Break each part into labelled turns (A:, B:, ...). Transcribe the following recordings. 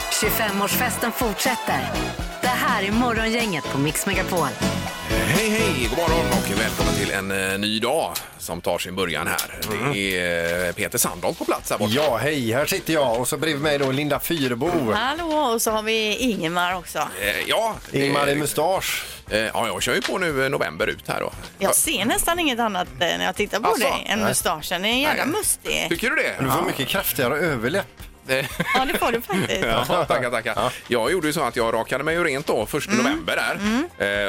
A: 25-årsfesten fortsätter. Det här är Morgongänget på Mix Megapol.
B: Hej, hej, god morgon och välkommen till en eh, ny dag som tar sin början här. Det är eh, Peter Sandholt på plats här borta.
C: Mm. Ja, hej, här sitter jag och så bredvid mig då Linda Fyrebo.
D: Hallå, och så har vi Ingemar också.
B: Eh, Ja, det-
C: Ingmar i mustasch.
B: eh, ja, jag kör ju på nu eh, november ut här då.
D: Jag ser nästan inget annat eh, när jag tittar på
B: Asså?
D: dig än
B: Nej.
D: mustaschen. Den är jävla mustig.
B: Tycker du det?
C: Du får mycket kraftigare överläpp.
B: Eh,
D: Ja, det får du faktiskt.
B: Ja, tackar, tackar. Jag gjorde ju så att jag rakade mig ju rent då först
D: Mm.
B: i november där.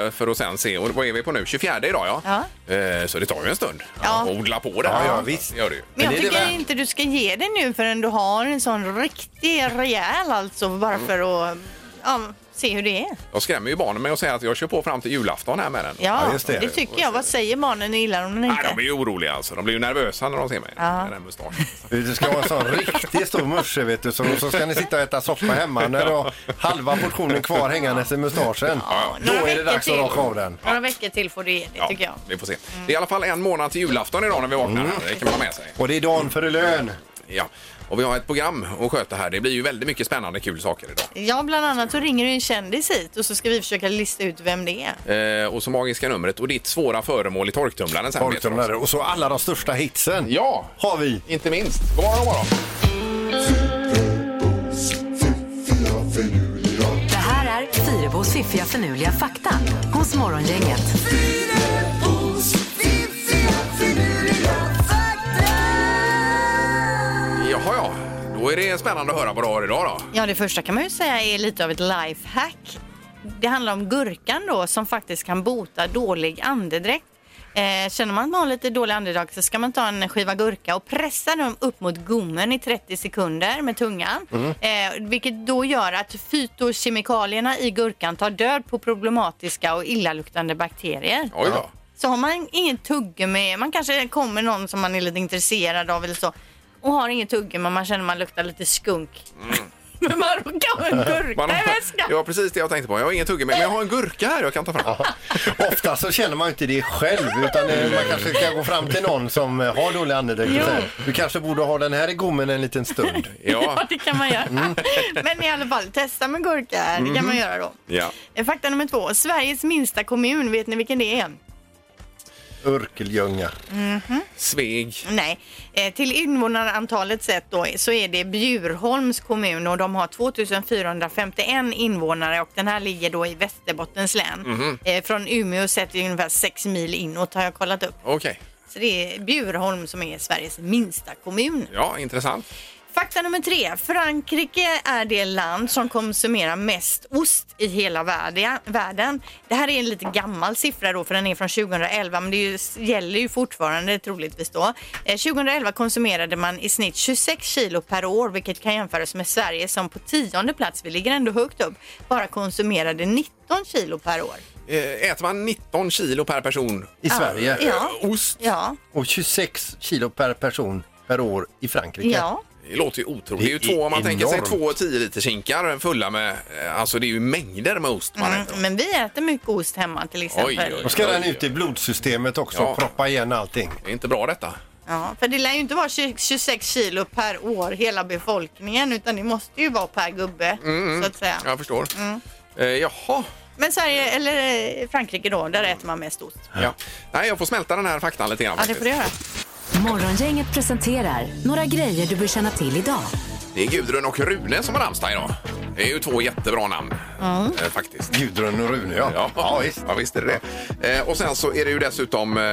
B: eh, För att sen se, och vad är vi på nu? 24 idag ja. Eh, Så det tar ju en stund
D: Ja.
B: att odla på det
C: Ja, ja, visst.
B: Gör det ju.
D: Men jag
C: Men är det
D: tycker
C: värt?
D: inte du ska ge det nu förrän du har en sån riktig rejäl alltså, bara för att ja, se hur det är.
B: Jag skrämmer ju barnen med att säga att jag kör på fram till julafton här med den.
D: Ja,
C: just det.
D: det. tycker jag. Vad säger barnen? Gillar de den
B: Nej, de är
D: inte?
B: ju oroliga alltså. De blir ju nervösa när de ser mig med den här mustaschen.
C: Du ska ha en sån riktigt stor musche vet du, så, så ska ni sitta och äta soppa hemma när du har halva portionen kvar hängandes i mustaschen.
D: Ja,
C: Då
D: några
C: är det
D: veckor
C: dags att
D: till.
C: raka av den.
D: Några veckor till får du ge det, tycker jag. Mm.
B: Vi får se. Det är i alla fall en månad till julafton idag när vi vaknar. Det kan man ha med sig.
C: Och det är dagen före lön.
B: Ja. Och vi har ett program att sköta här. Det blir ju väldigt mycket spännande kul saker idag.
D: Ja, bland annat så ringer du en kändis hit och så ska vi försöka lista ut vem det är.
B: Eh, och så magiska numret och ditt svåra föremål i torktumlaren sen. Peter,
C: Torktumlare. Och så alla de största hitsen.
B: Ja.
C: Har vi.
B: Inte minst. God morgon, god morgon.
A: Det här är Fyrebos fiffiga förnuliga fakta hos Morgongänget.
B: Jaha, ja. Då är det spännande att höra vad du har idag då.
D: Ja, det första kan man ju säga är lite av ett lifehack. Det handlar om gurkan då som faktiskt kan bota dålig andedräkt. Eh, känner man att man har lite dålig andedräkt så ska man ta en skiva gurka och pressa dem upp mot gommen i 30 sekunder med tungan.
B: Mm.
D: Eh, vilket då gör att fytokemikalierna i gurkan tar död på problematiska och illaluktande bakterier.
B: Oj då.
D: Så har man ingen tuggummi, man kanske kommer någon som man är lite intresserad av eller så och har ingen tuggummi men man känner man luktar lite skunk.
B: Mm.
D: Men man råkar ha en gurka
B: Man
D: i
B: har,
D: väskan.
B: det var precis det jag tänkte på. Jag har ingen tuggummi, men jag har en gurka här jag kan ta fram.
C: Ofta så känner man ju inte det själv utan eh, man kanske kan gå fram till någon som eh, har dålig andedräkt och
D: Jo.
C: säga, Du kanske borde ha den här i gommen en liten stund.
D: Ja,
B: Ja.
D: det kan man göra.
B: Mm.
D: Men i alla fall, testa med gurka. Det kan man göra då.
B: Mm-hmm. Ja.
D: Eh, Fakta nummer två. Sveriges minsta kommun, vet ni vilken det är?
C: Örkeljunga.
B: Sveg.
D: Nej, eh, till invånarantalet sett då så är det Bjurholms kommun och de har 2451 invånare och den här ligger då i Västerbottens län.
B: Mm-hmm.
D: Eh, Från Umeå sett är det ungefär 6 mil inåt har jag kollat upp.
B: Okej.
D: Så det är Bjurholm som är Sveriges minsta kommun.
B: Ja, intressant.
D: Fakta nummer tre. Frankrike är det land som konsumerar mest ost i hela värde- världen. Det här är en lite gammal siffra då för den är från 2011 men det är ju, gäller ju fortfarande troligtvis då. Eh, 2011 konsumerade man i snitt 26 kilo per år vilket kan jämföras med Sverige som på tionde plats, vi ligger ändå högt upp, bara konsumerade 19 kilo per år.
B: Eh, Äter man 19 kilo per person
C: I Sverige.
D: Ja.
B: ost?
D: Ja,
C: Och 26 kilo per person per år i Frankrike.
D: ja.
B: Det låter ju otroligt. Det
C: Det
B: är ju
C: är
B: två, om man tänker sig
C: enormt.
B: två 10 liters hinkar fulla med, eh, alltså det är ju mängder med ost man äter.
D: Mm, Men vi äter mycket ost hemma till exempel.
B: Oj, oj,
C: Då
B: oj.
C: ska den ut i blodsystemet också
B: Ja.
C: och proppa igen allting.
B: Det är inte bra detta.
D: Ja, för det lär ju inte vara 20 26 kilo per år hela befolkningen utan det måste ju vara per gubbe
B: Mm,
D: så att säga.
B: Jag förstår.
D: Mm.
B: Eh, jaha.
D: Men Sverige, eller eh, Frankrike då, där äter man mest ost.
B: Ja. Nej, jag får smälta den här faktan lite grann.
D: Ja, det får du
B: faktiskt.
D: göra.
A: Morgongänget presenterar några grejer du bör känna till idag.
B: det är Gudrun och Rune som har namnsdag idag. Det är ju två jättebra namn
D: Mm.
B: eh, faktiskt.
C: Gudrun och Rune, ja.
B: Ja, ja, visst. ja, visst är det det. Eh, och sen så är det ju dessutom eh,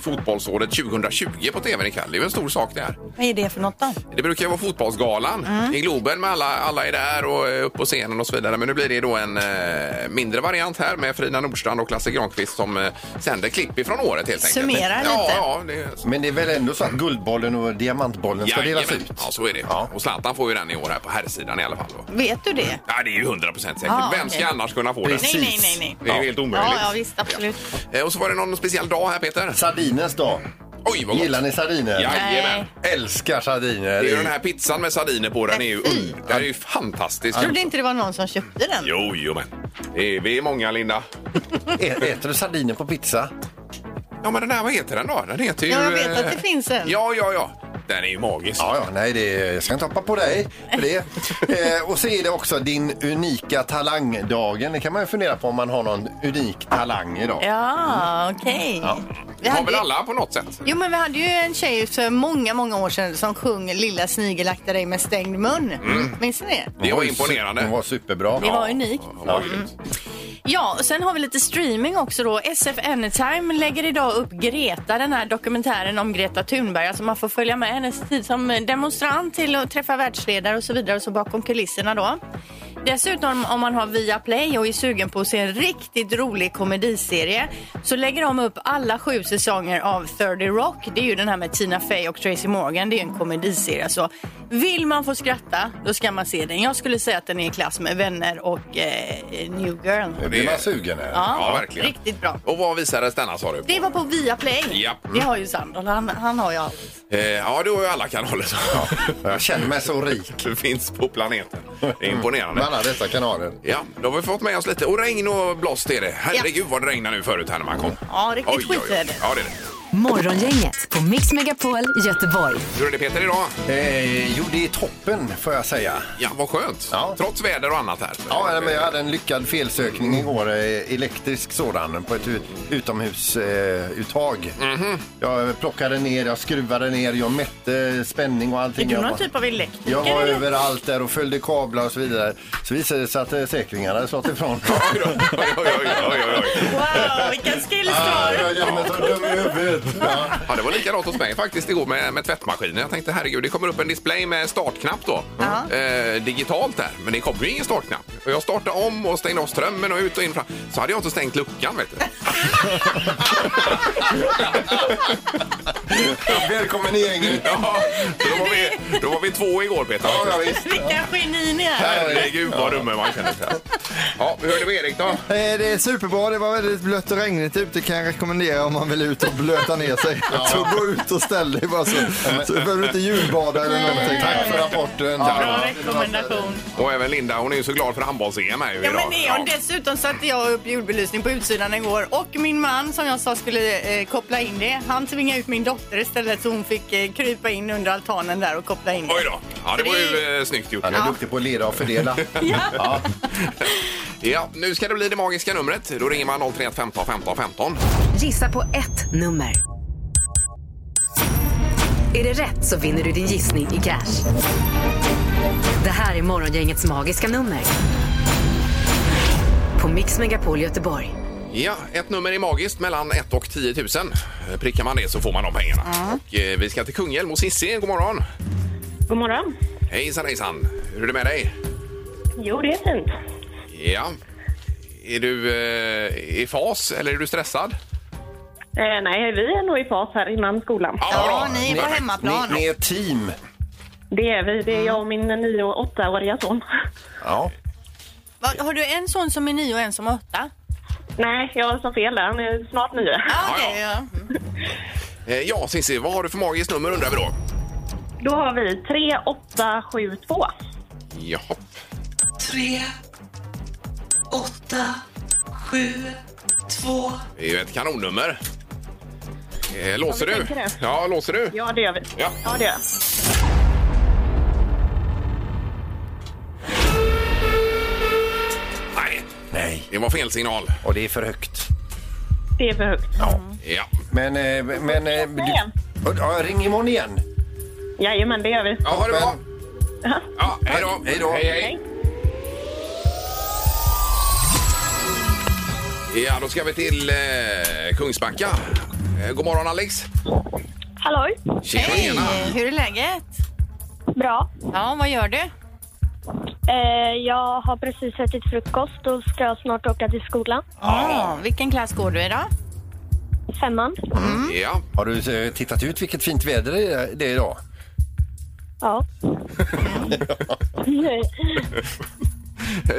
B: fotbollsåret 2020 på tvn ikväll. Det är ju en stor sak det här.
D: Vad är det för något då?
B: Det brukar ju vara fotbollsgalan
D: Mm.
B: i Globen med alla, alla är där och eh, upp på scenen och så vidare. Men nu blir det då en eh, mindre variant här med Frida Nordstrand och Lasse Granqvist som eh, sänder klipp ifrån året helt enkelt.
D: Summerar
B: ja,
D: lite.
B: Ja, det är så.
C: Men det är väl ändå så att Guldbollen och Diamantbollen ska delas
B: Jajamän.
C: ut?
B: Ja, så är det. Och Zlatan får ju den i år här på herrsidan i alla fall. Då.
D: Vet du det?
B: Ja, det är ju 100 procent säkert.
D: Ja,
B: Vem
D: okej.
B: ska annars kunna få
C: Precis.
D: Nej, nej, nej, nej.
B: den? Det är ju helt omöjligt.
D: Ja, ja visst, absolut.
B: Eh, Och så var det någon speciell dag här Peter.
C: Sardinens dag.
B: Oj, vad gott.
C: Gillar ni sardiner?
B: Jajamän.
D: Nej.
C: Älskar sardiner.
B: Det är ju den här pizzan med sardiner på. Den är ju,
D: Fy.
B: und- den är ju fantastisk.
D: Jag trodde inte det var någon som köpte den.
B: Jo, jo, men. Det är, vi är många, Linda.
C: Ä- Äter du sardiner på pizza?
B: Ja, men den här, vad heter den då? Den heter ju...
D: Ja, jag vet
B: eh,
D: att det finns en.
B: Ja, ja, ja. den är ju magisk.
C: Ja, ja, nej, det, jag ska inte hoppa på dig för det. Eh, och så är det också din unika talangdagen. Det kan man ju fundera på om man har någon unik talang idag.
D: Ja, okej. Vi
B: Har
D: hade-
B: väl alla på något sätt?
D: Jo men vi hade ju en tjej för många, många år sedan som sjöng Lilla snigel akta dig med stängd mun.
B: Mm.
D: Minns ni det?
B: Det var
C: ju su-
B: imponerande.
C: Hon var superbra.
D: Det var unikt.
B: Ja, grymt.
D: Ja, och sen har vi lite streaming också då. SF Anytime lägger idag upp Greta, den här dokumentären om Greta Thunberg. Alltså man får följa med hennes tid som demonstrant till att träffa världsledare och så vidare och så bakom kulisserna då. Dessutom om man har Viaplay och är sugen på att se en riktigt rolig komediserie så lägger de upp alla sju säsonger av 30 Rock. Det är ju den här med Tina Fey och Tracy Morgan. Det är ju en komediserie. Så vill man få skratta, då ska man se den. Jag skulle säga att den är i klass med Vänner och eh, New Girl.
C: Nu blir man sugen här.
B: Ja, verkligen.
D: Riktigt bra.
B: Och vad visades denna sa du?
D: Det var på Viaplay.
B: Ja. Mm.
D: Det har ju Sandal. Han, han har ju allt.
B: Eh, ja, du har ju alla kanaler som
C: Jag känner mig så rik
B: finns på planeten. Det är
C: med
B: imponerande.
C: alla dessa kanaler.
B: Ja, då har vi fått med oss lite. Och regn och blåst är det. Herregud vad det regnade nu förut här när man kom.
D: Ja, riktigt skit är det.
B: Ja, det är det.
A: Morgongänget på Mix Megapol Göteborg.
B: Hur är det Peter idag?
C: Eh, jo, det är toppen får jag säga.
B: Ja, vad skönt.
C: Ja.
B: Trots väder och annat här.
C: Ja, nej, men jag hade en lyckad felsökning igår, eh, elektrisk sådan, på ett utomhusuttag.
B: Mhm.
C: Jag plockade ner, jag skruvade ner, jag mätte spänning och
D: Är
C: allting.
D: du
C: jag
D: någon
C: var-
D: typ av elektriker?
C: jag var
D: eller?
C: överallt där och följde kablar och så vidare. Så visade det sig att eh, säkringarna hade slagit ifrån.
B: Oj, då. oj, oj, oj, oj, oj, oj.
D: Wow, vilken skills du
C: Ah,
D: har!
C: jag känner mig så dum i huvudet. Ja.
B: Ja, det var likadant hos mig faktiskt igår med, med tvättmaskinen. Jag tänkte herregud, det kommer upp en display med startknapp då. Eh, digitalt där. Men det kom ju ingen startknapp. Och jag startade om och stängde av strömmen och ut och in. fram. Så hade jag inte stängt luckan vet du.
C: Välkommen i gänget.
B: Ja, så då, var vi, då var vi två igår Peter.
C: Ja, ja, visst.
D: Vilka geni ni är!
B: Herregud vad dum man känner sig. Ja, hur är det med Erik då?
E: Eh, Det är superbra. Det var väldigt blött och regnigt ute. Kan jag rekommendera om man vill ut och blöta ner sig. Så gå ut och ställ dig bara så. Så behöver du inte julbada eller någonting.
C: Tack för rapporten.
D: Bra rekommendation.
B: Och även Linda, hon är ju så glad för handbolls-EM här ju
D: Ja,
B: idag.
D: men det är hon. Dessutom satte jag upp julbelysning på utsidan igår och min man som jag sa skulle eh, koppla in det, han tvingade ut min dotter istället så hon fick eh, krypa in under altanen där och koppla in det.
B: Oj då! Ja, det var ju eh, snyggt gjort.
C: Han är duktig på att leda och fördela.
B: Ja, nu ska det bli det magiska numret. Då ringer man 031 15 15 15.
A: Gissa på ett nummer. Är det rätt så vinner du din gissning i cash. Det här är Morgongängets magiska nummer. På Mix Megapol Göteborg.
B: Ja, ett nummer är magiskt mellan 1 och 10 000. Eh, Prickar man det så får man de pengarna. Och, eh, vi ska till Kungälv och Cissi, god morgon!
F: God morgon.
B: Hejsan hejsan! Hur är det med dig?
F: Jo, det är fint.
B: Ja. Är du eh, i fas eller är du stressad?
F: Eh, nej, vi är nog i fas här innan skolan.
D: Ja,
B: bra.
D: ni är på
B: Perfekt.
D: hemmaplan.
C: Ni är ett team.
F: Det är vi. Det
G: Mm.
F: är jag och min nio och åttaåriga son.
C: Ja.
D: Va, Har du en son som är nio och en som är åtta?
F: Nej, jag sa fel där. Han är snart nio.
D: Ja,
B: Ja, ja.
D: okej, ja.
B: Eh, Ja, Cissi, vad har du för magiskt nummer undrar vi då?
F: Då har vi 3872.
B: Jaha.
H: tre, åtta, sju, två.
B: Det är ju ett kanonnummer. Eh, Låser
F: Ja, vi
B: du?
F: tänker det.
B: Ja, låser du?
F: Ja, det gör vi.
B: Ja.
F: ja det gör jag.
B: Nej,
C: Nej.
B: det var fel signal.
C: Och det är för högt.
F: Det är för högt.
B: Ja.
C: Men... eh, men eh, du,
F: igen.
C: ja, ring imorgon igen.
F: Jajamän, det gör vi.
B: Ja, ha det bra!
F: Ja.
B: Ja, hej då!
C: Hej då.
B: Hej, hej.
F: Hej.
B: Ja, då ska vi till eh, Kungsbacka. Eh, god morgon Alex!
F: Halloj.
B: Tjena, tjena.
D: Hej, Eh, hur är läget?
I: Bra.
D: Ja, vad gör du?
I: Eh, jag har precis ätit frukost och ska snart åka till skolan.
D: Ja, vilken klass går du i då?
I: Femman.
D: Mm.
B: Ja,
C: Har du eh, tittat ut vilket fint väder det är- det är idag?
I: Ja.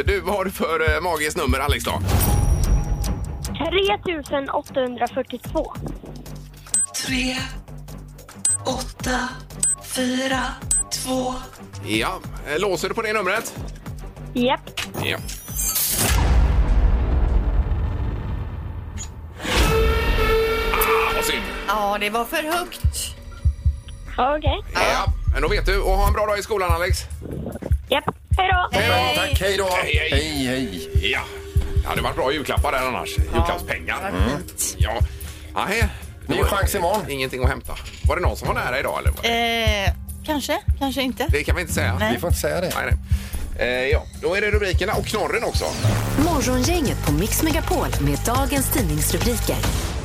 B: du, vad har du för eh, magiskt nummer Alex då?
I: 3842.
H: Tre, åtta, fyra, två.
B: Ja, eh, låser du på det numret?
I: Japp.
B: Ja. Ah, vad synd. Ah,
D: Ja, det var för högt.
I: Ja, Okej.
B: Ja, men då vet du. Och ha en bra dag i skolan, Alex.
I: Japp. Hej då!
C: Bra, tack. Hej då.
B: Hej, hej.
C: Hej, hej.
B: Ja. Det hade varit bra julklappar där annars. Julklappspengar. Mm. Ja. Nej.
C: Ny chans imorgon.
B: Ingenting att hämta. Var det någon som var nära idag eller? var det-
D: Eh, kanske, kanske inte.
B: Det kan vi inte säga.
D: Nej.
C: Vi får inte säga det.
B: Nej, nej. Eh, ja, då är det rubrikerna och knorren också.
A: Morgongänget på Mix Megapol med dagens tidningsrubriker.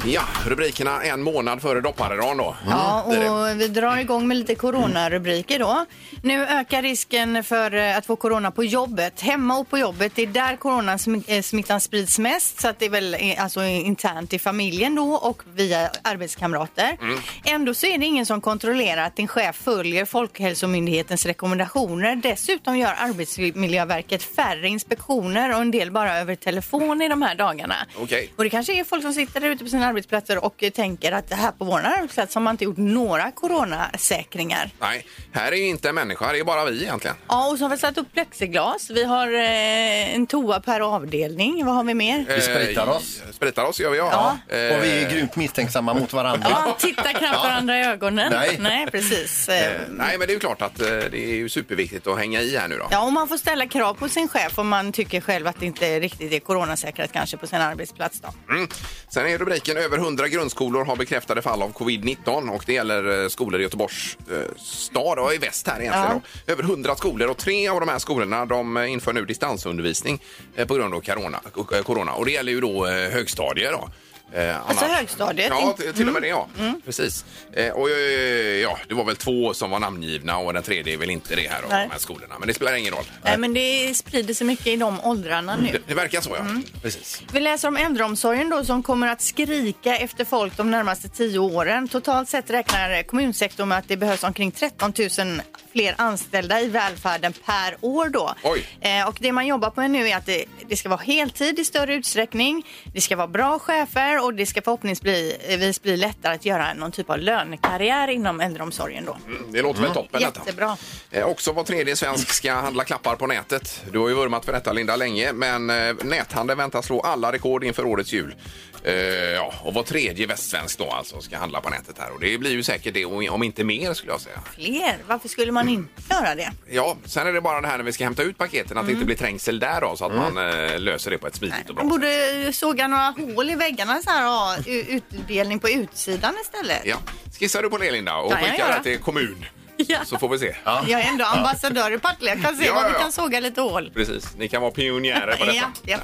B: Ja, rubrikerna en månad före dopparedagen då. Mm,
D: Ja,
B: Det är det.
D: och vi drar igång med lite coronarubriker då. Nu ökar risken för eh, att få corona på jobbet, hemma och på jobbet. Det är där coronasmittan sprids mest, så att det är väl eh, alltså internt i familjen då och via arbetskamrater.
B: Mm.
D: Ändå så är det ingen som kontrollerar att din chef följer Folkhälsomyndighetens rekommendationer. Dessutom gör Arbetsmiljöverket färre inspektioner och en del bara över telefon i de här dagarna.
B: Okej.
D: Och det kanske är folk som sitter där ute på sina arbetsplatser och eh, tänker att det här på vår arbetsplats har man inte gjort några coronasäkringar.
B: Nej, här är ju inte en människa, det är bara vi egentligen.
D: Ja, och så har vi satt upp plexiglas. Vi har eh, en toa per avdelning. Vad har vi mer?
B: Vi
C: spritar oss.
B: Eh, Spritar oss gör vi, ja. Eh,
C: Och vi är grymt misstänksamma mot varandra.
D: Ja, titta knappt varandra i ögonen.
C: Nej.
D: precis. Eh,
B: eh, nej, men det är ju klart att eh, det är ju superviktigt att hänga i här nu då.
D: Ja, och man får ställa krav på sin chef om man tycker själv att det inte riktigt är coronasäkrat kanske på sin arbetsplats. Då.
B: Mm. Sen är rubriken över 100 grundskolor har bekräftade fall av covid-19 och det gäller eh, skolor i Göteborgs eh, stad och i väst här egentligen. då. Över 100 skolor och tre av de här skolorna de eh, inför nu distansundervisning eh, på grund av corona. eh, corona. Och det gäller ju då eh, högstadier då. Eh,
D: Alltså
B: annars-
D: högstadiet? Mm.
B: Ja, t- till och med det ja. Precis. Eh, och eh, ja, det var väl två som var namngivna och den tredje är väl inte det här av de
D: Nej.
B: här skolorna. Men det spelar ingen roll.
D: Nej, men det sprider sig mycket i de åldrarna nu.
B: Det, det verkar så ja.
D: Mm.
B: Precis.
D: Vi läser om äldreomsorgen då som kommer att skrika efter folk de närmaste tio åren. Totalt sett räknar kommunsektorn med att det behövs omkring 13 000 fler anställda i välfärden per år då.
B: Oj.
D: Eh, och det man jobbar på nu är att det, det ska vara heltid i större utsträckning. Det ska vara bra chefer och det ska förhoppningsvis bli lättare att göra någon typ av lönekarriär inom äldreomsorgen då.
B: Mm, Det låter väl toppen detta.
D: Jättebra.
B: Eh, Också var tredje svensk ska handla klappar på nätet. Du har ju vurmat för detta Linda länge men eh, näthandeln väntas slå alla rekord inför årets jul. Eh, ja, och var tredje västsvensk då alltså ska handla på nätet här och det blir ju säkert det och- om inte mer skulle jag säga.
D: Fler, varför skulle man inte göra det?
B: Ja, sen är det bara det här när vi ska hämta ut paketen att det inte blir trängsel där då så att man eh, löser det på ett smidigt och bra
D: Mm. Man borde såga några hål i väggarna så här och ha u- utdelning på utsidan istället.
B: Ja. Skissar du på det Linda och
D: Kan jag
B: skickar
D: göra?
B: det till kommun
D: Ja.
B: så får vi se.
D: Jag är ändå ambassadör i Partille. Jag kan se
B: Ja,
D: var
B: ja,
D: vi
B: ja.
D: kan såga lite hål.
B: Precis, ni kan vara pionjärer på detta.
D: Ja, ja.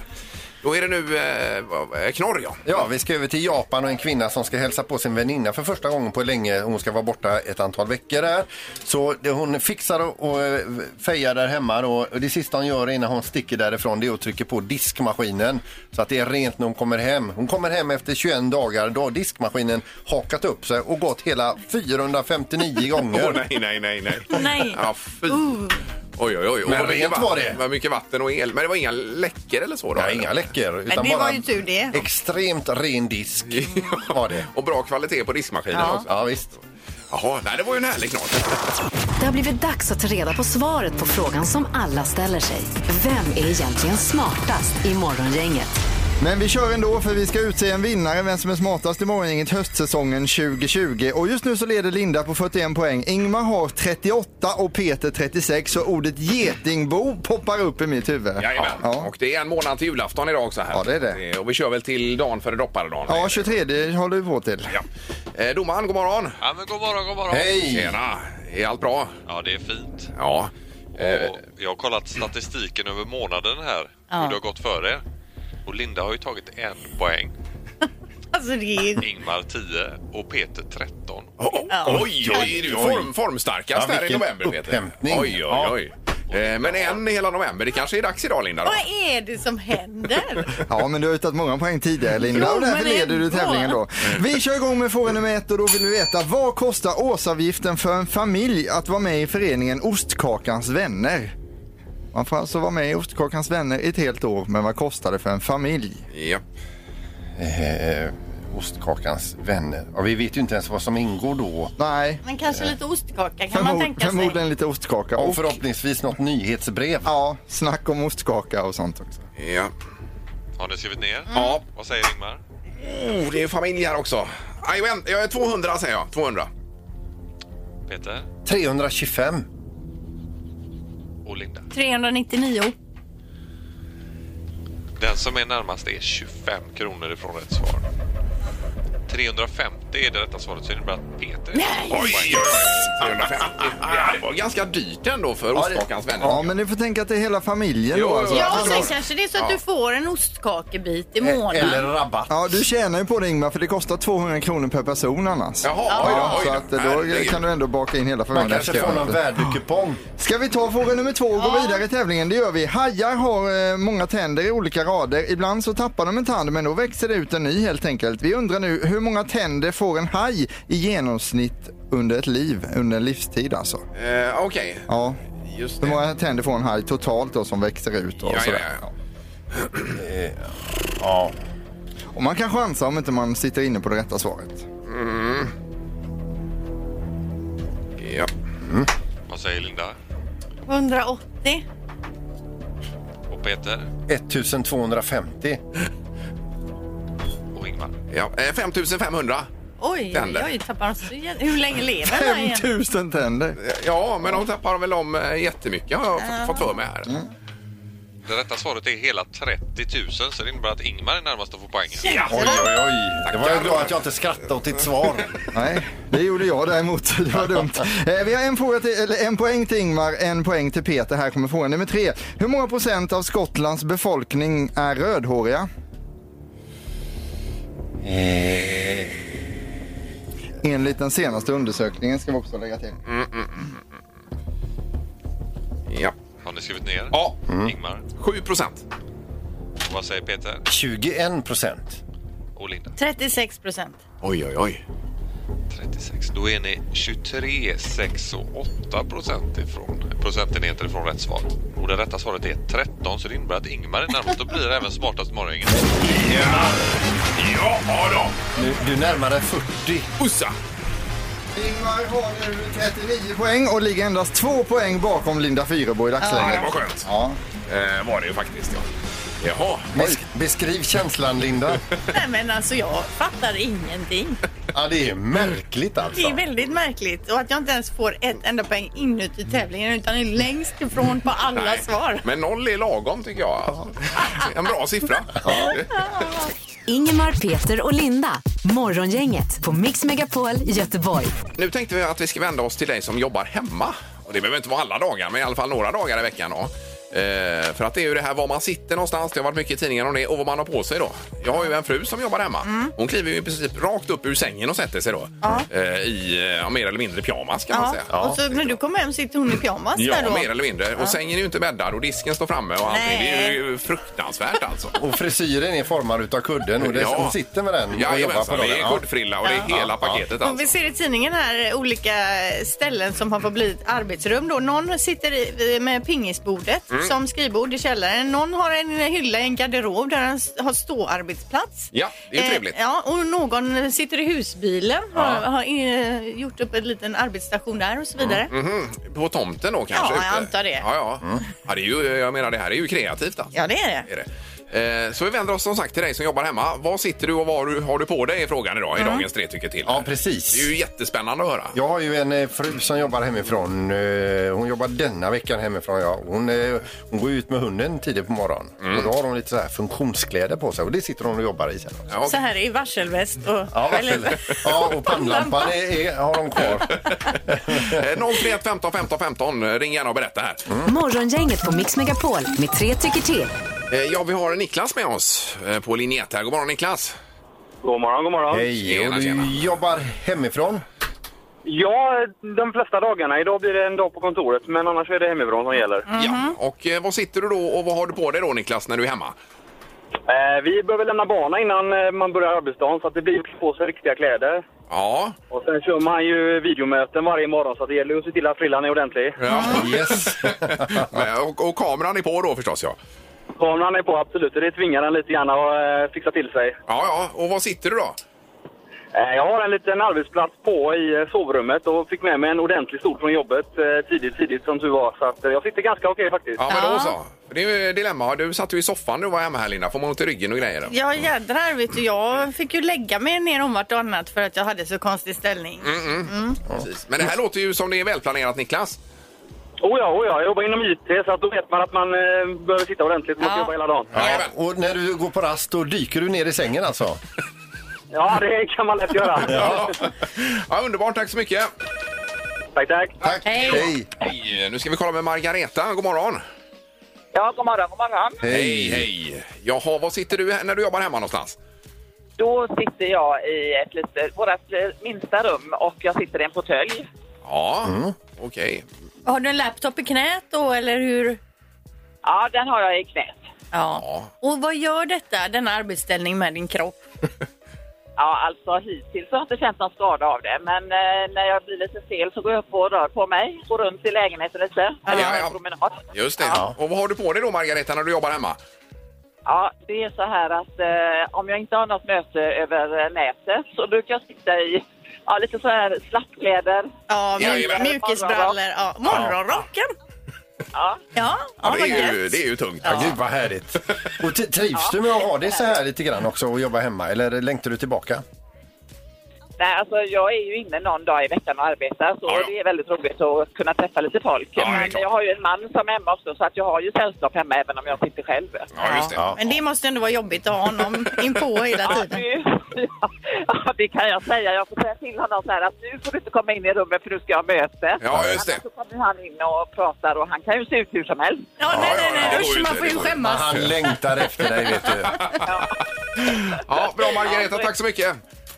B: Då är det nu eh, vad- eh, knorr ja.
C: Ja, vi ska över till Japan och en kvinna som ska hälsa på sin väninna för första gången på länge. Hon ska vara borta ett antal veckor där. Så det hon fixar och, och eh, fejar där hemma då. Och det sista hon gör innan hon sticker därifrån det är att trycka på diskmaskinen så att det är rent när hon kommer hem. Hon kommer hem efter 21 dagar. Då har diskmaskinen hakat upp sig och gått hela 459
B: Åh
C: gånger.
B: nej, nej, nej, nej.
D: Nej.
B: Ja, fy. Oj, oj, oj. Och
C: Men
B: vad mycket
C: rent var det.
B: vatten- vad mycket vatten och el. Men det var inga läckor eller så? Då,
C: Nej,
B: eller?
C: inga läckor. Utan
D: det var ju tur det.
C: Extremt ren disk var det.
B: Och bra kvalitet på diskmaskinen också.
C: Ja, visst.
B: Jaha, nej, det var ju en härlig knorr.
A: Det har blivit dags att ta reda på svaret på frågan som alla ställer sig. Vem är egentligen smartast i Morgongänget?
E: Men vi kör ändå för vi ska utse en vinnare, vem som är smartast i morgongänget höstsäsongen 2020. Och just nu så leder Linda på 41 poäng. Ingmar har 38 och Peter 36 så ordet getingbo poppar upp i mitt huvud.
B: Jajamän.
E: Ja.
B: Och det är en månad till julafton idag också. Här.
E: Ja, det är det.
B: Eh, Och vi kör väl till dagen före dopparedagen.
E: Ja, 23 håller vi på till.
B: Ja. Eh, Domaren, god morgon.
J: Ja, men god morgon, god morgon.
C: Hej!
B: Tjena. Är allt bra?
J: Ja, det är fint.
B: Ja. Eh,
J: Och jag har kollat statistiken över månaden här,
D: Ja.
J: hur det har gått för er. Och Linda har ju tagit en poäng,
D: Alltså det är...
J: Ingmar 10 och Peter 13.
B: oh, oh,
D: Ja.
B: Oj, oj, är du form, formstarkast
C: Ja,
B: där i
C: vilken
B: november, Peter.
C: upphämtning.
B: Oj, oj,
C: Ja.
B: oj. Eh, Men en i hela november. Det kanske är dags idag, Linda. Då.
D: Vad är det som händer?
E: Ja, men du har ju tagit många poäng tidigare Linda
D: Jo,
E: och därför
D: men
E: leder du
D: ändå.
E: tävlingen då. Vi kör igång med fråga nummer ett och då vill vi veta vad kostar årsavgiften för en familj att vara med i föreningen Ostkakans vänner? Man får alltså vara med i Ostkakans vänner i ett helt år, men vad kostar det för en familj?
B: Ja.
C: Eh, ostkakans vänner. Ja, vi vet ju inte ens vad som ingår då.
E: Nej,
D: Men kanske lite ostkaka kan man
E: förmod-
D: tänka sig.
E: förmodligen lite ostkaka.
C: Och
E: Och,
C: förhoppningsvis något nyhetsbrev.
E: ja, snack om ostkaka och sånt också.
B: Ja.
J: Har ni skrivit ner?
B: Ja.
J: Vad säger Ingmar?
B: Oh, det är familj här också. Aj, men, Jag är 200 säger jag. 200.
J: Peter
C: 325.
J: och Linda.
D: 399.
J: Den som är närmast är 25 kronor ifrån rätt svar. 350 är det rätta svaret, så det innebär att Peter...
B: Oj, oj, oj. 350. Ja, det var ganska dyrt ändå för ostkakans vänner.
E: Ja, men ni får tänka att det är hela familjen
B: Jo,
E: då
B: jo,
E: alltså.
D: Ja, och
E: Annars-
D: sen kanske det är så att du får en ostkakebit i
C: Eller
D: månaden.
C: rabatt.
E: Ja, du tjänar ju på det Ingmar, för det kostar 200 kronor per person annars.
B: Jaha, oj då,
E: Ja,
B: oj
E: så
B: då.
E: att eh, då
B: Herregud.
E: kan du ändå baka in hela
C: Man
E: familjen.
C: kanske får någon värdekupong.
E: Ska vi ta fråga nummer två och gå vidare i tävlingen? Det gör vi. Hajar har eh, många tänder i olika rader. Ibland så tappar de en tand men då växer det ut en ny helt enkelt. Vi undrar nu hur många tänder får en haj i genomsnitt under ett liv, under en livstid alltså?
B: Eh, Okej,
E: Ja.
B: just
E: Hur
B: det.
E: många tänder får en haj totalt då som växer ut och
B: Ja, ja,
E: sådär?
B: ja.
E: Och man kan chansa om inte man sitter inne på det rätta svaret.
B: Ja.
J: Vad säger Linda?
D: 180.
J: Och Peter?
C: 1250.
J: Och Ingmar?
B: Ja. Eh, 5500.
D: Oj, oj,
B: Tänder.
D: oj, tappar de så jä- Hur länge lever den här egentligen?
E: 5000 tänder!
B: Eh, Ja, men de tappar väl om eh, jättemycket har jag f- fått för mig här.
E: Mm.
J: Det rätta svaret är hela 30 000, så det innebär att Ingmar är närmast att få poängen.
C: Oj, oj, oj. Det var ju bra att jag inte skrattade åt ditt svar.
E: Nej, det gjorde jag däremot. Det var dumt. Eh, vi har en, fråga till, eller en poäng till Ingmar, en poäng till Peter. Här kommer fråga nummer tre. Hur många procent av Skottlands befolkning är rödhåriga?
C: Eh,
E: Enligt den senaste undersökningen ska vi också lägga till.
B: Ja.
J: Har ni skrivit ner?
B: ja,
J: Ingmar?
B: 7 procent.
J: Och vad säger Peter?
C: 21 procent.
J: Och Linda?
D: 36 procent.
B: Oj, oj, oj.
J: 36. Då är ni 23, 6 och 8 procent ifrån, procentenheter ifrån rätt svar. Och det rätta svaret är 13 så det innebär att Ingmar är närmast och blir även smartast i morgongänget.
B: Ja, ja då.
C: Nu, du närmar dig 40.
B: Pussa.
E: Ingmar har nu 39 poäng och ligger endast två poäng bakom Linda Fyrebo i
B: Ja, det
E: dagsläget.
B: var skönt.
E: Ja.
B: Eh, var det ju faktiskt, ja. Jaha.
C: Besk- beskriv känslan, Linda.
D: Nej men alltså jag fattar ingenting.
C: Ja, det är märkligt
D: Det
C: alltså.
D: är väldigt märkligt. Och att jag inte ens får ett enda poäng inuti tävlingen utan är längst ifrån på alla
B: Nej.
D: svar.
B: Men noll är lagom tycker jag. alltså. En bra siffra.
A: Ingemar, Peter och Linda. Morgongänget på Mix Megapol Göteborg.
B: Nu tänkte vi att vi ska vända oss till dig som jobbar hemma. Och det behöver inte vara alla dagar, men i alla fall några dagar i veckan. Då. Eh, för att det är ju det här var man sitter någonstans, det har varit mycket i tidningarna om det, och vad man har på sig då. Jag har ju en fru som jobbar hemma.
D: Mm.
B: Hon kliver ju i princip rakt upp ur sängen och sätter sig då. Eh, I eh, ja, mer eller mindre pyjamas kan man
D: Ja.
B: säga.
D: Och så när du kommer hem sitter hon i pyjamas där
B: Ja,
D: då.
B: mer eller mindre. Och sängen är ju inte bäddad och disken står framme och allting.
D: Nej.
B: Det är ju fruktansvärt alltså.
C: Och frisyren är formad utav kudden och det,
B: Ja.
C: hon sitter med den och jobbar på
B: Jajamensan,
C: den.
B: det är
C: Ja.
B: kuddfrilla och det är hela paketet
D: Och vi
B: alltså.
D: ser i tidningen här eh, olika ställen som har fått bli arbetsrum. Då. Någon sitter i- med pingisbordet
B: Mm.
D: som skrivbord i källaren. Någon har en hylla i en garderob där han s- har ståarbetsplats.
B: Ja, det är ju trevligt.
D: Eh, ja, och någon sitter i husbilen har, har eh, gjort upp en liten arbetsstation där och så vidare.
B: Mhm, På tomten då kanske?
D: Ja,
B: ute.
D: jag antar det.
B: Ja, ja.
C: Mm.
B: ja det är ju, jag menar det här är ju kreativt alltså.
D: Ja, det är det.
B: Är det. Eh, Så vi vänder oss som sagt till dig som jobbar hemma. Vad sitter du och vad har du- har du på dig i frågan idag
D: Mm.
B: i dagens tre tycker till?
C: Ja,
B: Det
C: precis.
B: är ju jättespännande att höra.
C: Jag har ju en eh, fru som jobbar hemifrån. Eh, Hon jobbar denna veckan hemifrån. Ja. Hon, eh, hon går ut med hunden tidigt på morgonen.
K: Mm.
C: Och då har hon lite så här funktionskläder på sig och det sitter hon och jobbar i sen.
B: Ja, och-
D: Så här i varselväst och...
C: Ja,
D: eller-
C: varför? ja och pannlampan är, är, har hon kvar.
B: Eh, 031 15 15 15. Eh, Ring gärna och berätta här.
C: Mm.
A: Morgongänget på Mix Megapol med tre tycker till.
B: Eh, Ja, vi har Niklas med oss eh, på linje 1 här. God morgon Niklas!
L: God morgon, god morgon.
C: Hej, och
B: Tjena,
C: du
B: tjena.
C: jobbar hemifrån?
L: Ja, de flesta dagarna. Idag blir det en dag på kontoret, men annars är det hemifrån som gäller.
D: Mm-hmm.
B: Ja. Och eh, vad sitter du då och vad har du på dig då Niklas när du är hemma?
L: Eh, vi behöver lämna bana innan eh, man börjar arbetsdagen, så att det blir på sig riktiga kläder.
B: Ja,
L: Och sen kör man ju videomöten varje morgon, så att det gäller ju att se till att frillan är ordentlig.
B: ja.
C: Yes.
B: Men- Och, och kameran är på då förstås ja.
L: Kameran är på, absolut. Det tvingar en lite grann att eh, fixa till sig.
B: Ja, ja. Och vad sitter du då?
M: Eh, Jag har en liten arbetsplats på i eh, sovrummet och fick med mig en ordentlig stol från jobbet eh, tidigt, tidigt som tur var. Så att eh, jag sitter ganska okej faktiskt.
B: Ja, men då så. Det är ju ett dilemma. Du satt ju i soffan när du var hemma här, Linda. Får man ont i ryggen och grejer?
D: Ja jädrar vet du, jag fick ju lägga mig ner om vartannat för att jag hade så konstig ställning. Mm.
B: Precis. Men det här låter ju som det är välplanerat, Niklas.
M: Oh ja, oh ja, jag jobbar inom IT så att då vet man att man eh, behöver sitta ordentligt och
K: Ja.
M: ja. jobba hela dagen.
K: Ja, och när du går på rast, då dyker du ner i sängen alltså?
M: Ja, det kan man lätt göra.
K: Ja.
B: Ja, underbart. Tack så mycket.
M: Tack, tack.
B: Hej. Hej. Nu ska vi kolla med Margareta. God morgon.
G: Ja, god morgon, god morgon.
B: Hej, hej. Jaha, var sitter du när du jobbar hemma någonstans?
G: Då sitter jag i ett litet, vårat eh, minsta rum och jag sitter i en fåtölj.
B: Ja, okej.
D: Har du en laptop i knät då eller hur?
G: Ja, den har jag i knät.
D: Ja. Och vad gör detta, denna arbetsställning med din kropp?
G: Ja, alltså hittills har jag inte känt någon skada av det, men eh, när jag blir lite stel så går jag upp och rör på mig, går runt i lägenheten lite, eller ja, en promenad.
B: Just det. Och vad har du på dig då, Margareta, när du jobbar hemma?
G: Ja, det är så här att eh, om jag inte har något möte över eh, nätet så brukar jag sitta i ja, lite så här slappkläder.
D: Ja,
B: Jajamän.
D: Mjukisbrallor, ja. morgonrocken.
G: Ja.
D: Ja,
K: Ja,
B: det, är ju, det är ju tungt.
K: Ja. Gud vad härligt. Och t- trivs du med att ha det så här lite grann också och jobba hemma eller längtar du tillbaka?
G: Nej, alltså jag är ju inne någon dag i veckan och arbetar så det är väldigt roligt att kunna träffa lite folk. Men jag har ju en man som är hemma också så att jag har ju sällskap hemma även om jag sitter själv.
B: Ja, just det.
D: Men det måste ändå vara jobbigt att ha honom inpå hela tiden.
G: Ja, det kan jag säga. Jag får säga till honom så här att nu får du inte komma in i rummet för nu ska jag ha möte.
B: Ja, just det.
G: Annars så kommer han in och pratar och han kan ju se ut hur som helst.
D: Ja, nej, nej,
B: det
D: nej,
B: går ju
D: usch, man
B: inte,
D: får
B: det
D: ju
B: går ju
D: skämmas.
B: inte.
K: Han längtar efter dig vet du.
B: Ja, bra Margareta, tack så mycket.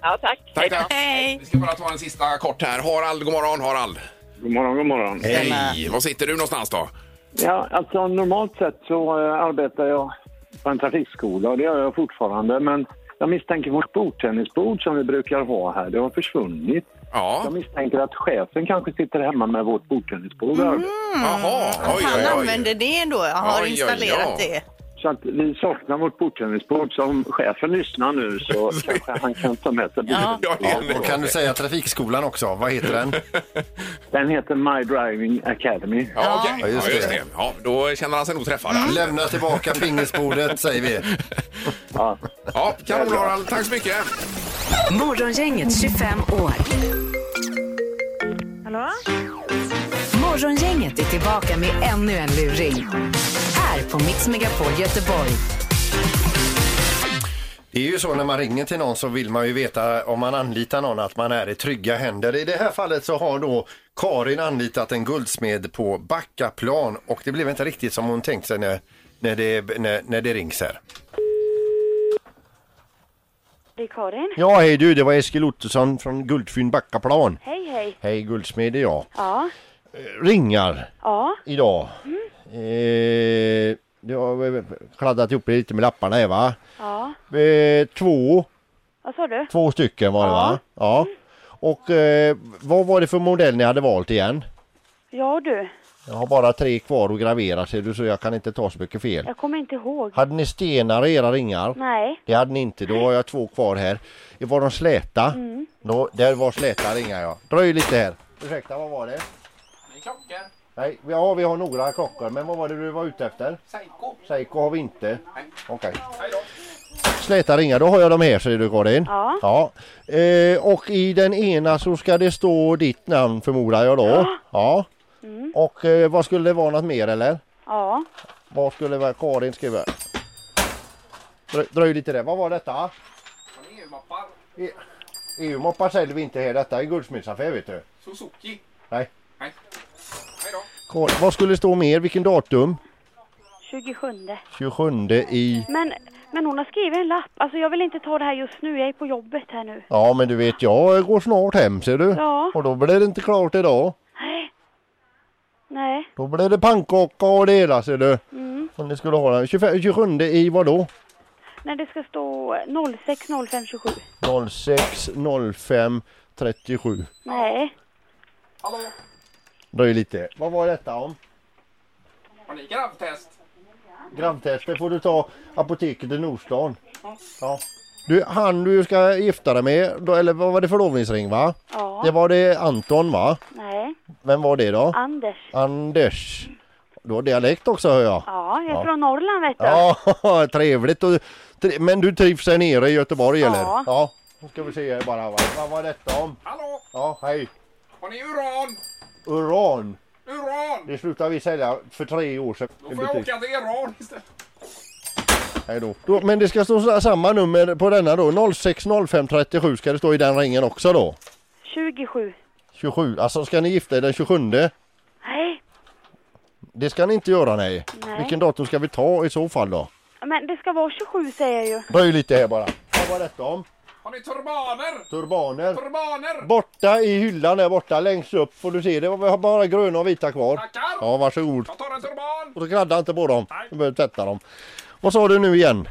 G: Ja, tack.
B: Tack, tack. Vi ska bara ta en sista kort här. Harald, god morgon Harald.
N: God morgon, god morgon.
B: Hej! Var sitter du någonstans då?
N: Ja, alltså normalt sett så eh, arbetar jag på en trafikskola och det gör jag fortfarande. Men jag misstänker vårt bordtennisbord som vi brukar ha här, det har försvunnit.
B: Ja.
N: Jag misstänker att chefen kanske sitter hemma med vårt bordtennisbord. Mm.
B: Jaha,
D: Att han använder det ändå, han har
N: Oj, oj,
D: installerat
N: ja.
D: det.
N: Så att vi saknar vårt bordtennisbord. Så om chefen lyssnar nu så kanske han kan ta med sig
K: Ja.
N: borden.
K: och kan du säga trafikskolan också? Vad heter den?
N: Den heter My Driving Academy.
B: Ja, okej.
K: Ja, just
B: Ja, just
K: det.
B: det. Ja, då känner han sig nog träffad.
K: Lämna tillbaka pingisbordet säger vi.
N: Ja.
B: Ja, kanon Harald. Tack så mycket.
A: Morgongänget 25 år.
O: Hallå?
A: Morgongänget är tillbaka med ännu en luring. Här på Mix Megapol Göteborg.
K: Det är ju så när man ringer till någon så vill man ju veta om man anlitar någon att man är i trygga händer. I det här fallet så har då Karin anlitat en guldsmed på Backaplan och det blev inte riktigt som hon tänkt sig när, när, det, när, när det rings här.
O: Det är Karin.
C: Ja, hej du, det var Eskil Ottosson från Guldfynd Backaplan.
O: Hej, hej.
C: Hej guldsmed är jag.
O: Ja.
C: Ringar
O: Ja.
C: idag. Eh, du har eh, kladdat ihop det lite med lapparna här va?
O: Ja.
C: Eh, två,
O: Vad sa du?
C: två stycken var det va? Ja. Och eh, vad var det för modell ni hade valt igen?
O: Ja, du.
C: Jag har bara tre kvar att gravera ser du så jag kan inte ta så mycket fel.
O: Jag kommer inte ihåg.
C: Hade ni stenar i era ringar?
O: Nej.
C: Det hade ni inte, då har jag två kvar här. Var de släta?
O: Mm.
C: Då, där var släta ringar ja. Dröj lite här.
O: Ursäkta, vad var det?
B: Klockan.
C: Nej, ja vi har några klockor, men vad var det du var ute efter?
B: Seiko.
C: Seiko har vi inte. Okej. Släta ringar, då har jag dem här ser du Karin.
O: Ja.
C: ja. Eh, och i den ena så ska det stå ditt namn förmodar jag då. Ja.
O: Mm.
C: Och eh, vad skulle det vara något mer eller?
O: Ja.
C: Vad skulle det vara? Karin skriva. Dröj, dröj lite där, vad var detta? EU-moppar säljer vi inte här, detta är en guldsmedsaffär vet du.
B: Suzuki.
C: Nej.
B: Nej.
C: Karin, vad skulle det stå mer, vilken datum?
O: 27.
C: 27 i...
O: Men, men hon har skrivit en lapp. Alltså, jag vill inte ta det här just nu. Jag är på jobbet här nu.
C: Ja men du vet jag går snart hem ser du.
O: Ja.
C: Och då blir det inte klart idag.
O: Nej. Nej.
C: Då blir det pannkaka och det hela ser du.
O: Mm.
C: Om ni skulle ha den. 25, 27 i vad då?
O: Nej, det ska stå 060527.
C: 06 05 37.
O: Nej.
C: Dröj lite. Vad var detta om?
B: Har ni gravtest?
C: Gravtester får du ta apoteket i Nordstan. Ja. Du, han du ska gifta dig med, då, eller vad var det förlovningsring va?
O: Ja.
C: Det var det Anton va?
O: Nej.
C: Vem var det då?
O: Anders.
C: Anders. Du har dialekt också hör jag.
O: Ja, jag är
C: Ja.
O: från Norrland vet du.
C: Ja, trevligt. Och, tre, men du trivs här nere i Göteborg
O: Ja.
C: eller? Ja. Nu ska vi se här bara. Va? Vad var detta om?
B: Hallå!
C: Ja, hej.
B: Har ni uran?
C: Uran.
B: Uran!
C: Det slutade vi sälja för tre år sedan.
B: Då får jag åka till Iran istället.
C: Hej då. då. Men det ska stå så- samma nummer på denna då. 060537 ska det stå i den ringen också då.
O: 27.
C: 27. Alltså ska ni gifta er den 27?
O: Nej,
C: Det ska ni inte göra nej.
O: Nej.
C: Vilken datum ska vi ta i så fall då?
O: men det ska vara 27 säger jag ju.
C: Röj lite här bara. Vad var detta om?
B: Har ni turbaner?
C: Turbaner.
B: Turbaner!
C: Borta i hyllan där borta längst upp får du se. Det var bara gröna och vita kvar.
B: Tackar.
C: Ja varsågod.
B: Jag tar en turban!
C: Och så kladda inte på dem. Du behöver tvätta dem. Vad sa du nu igen?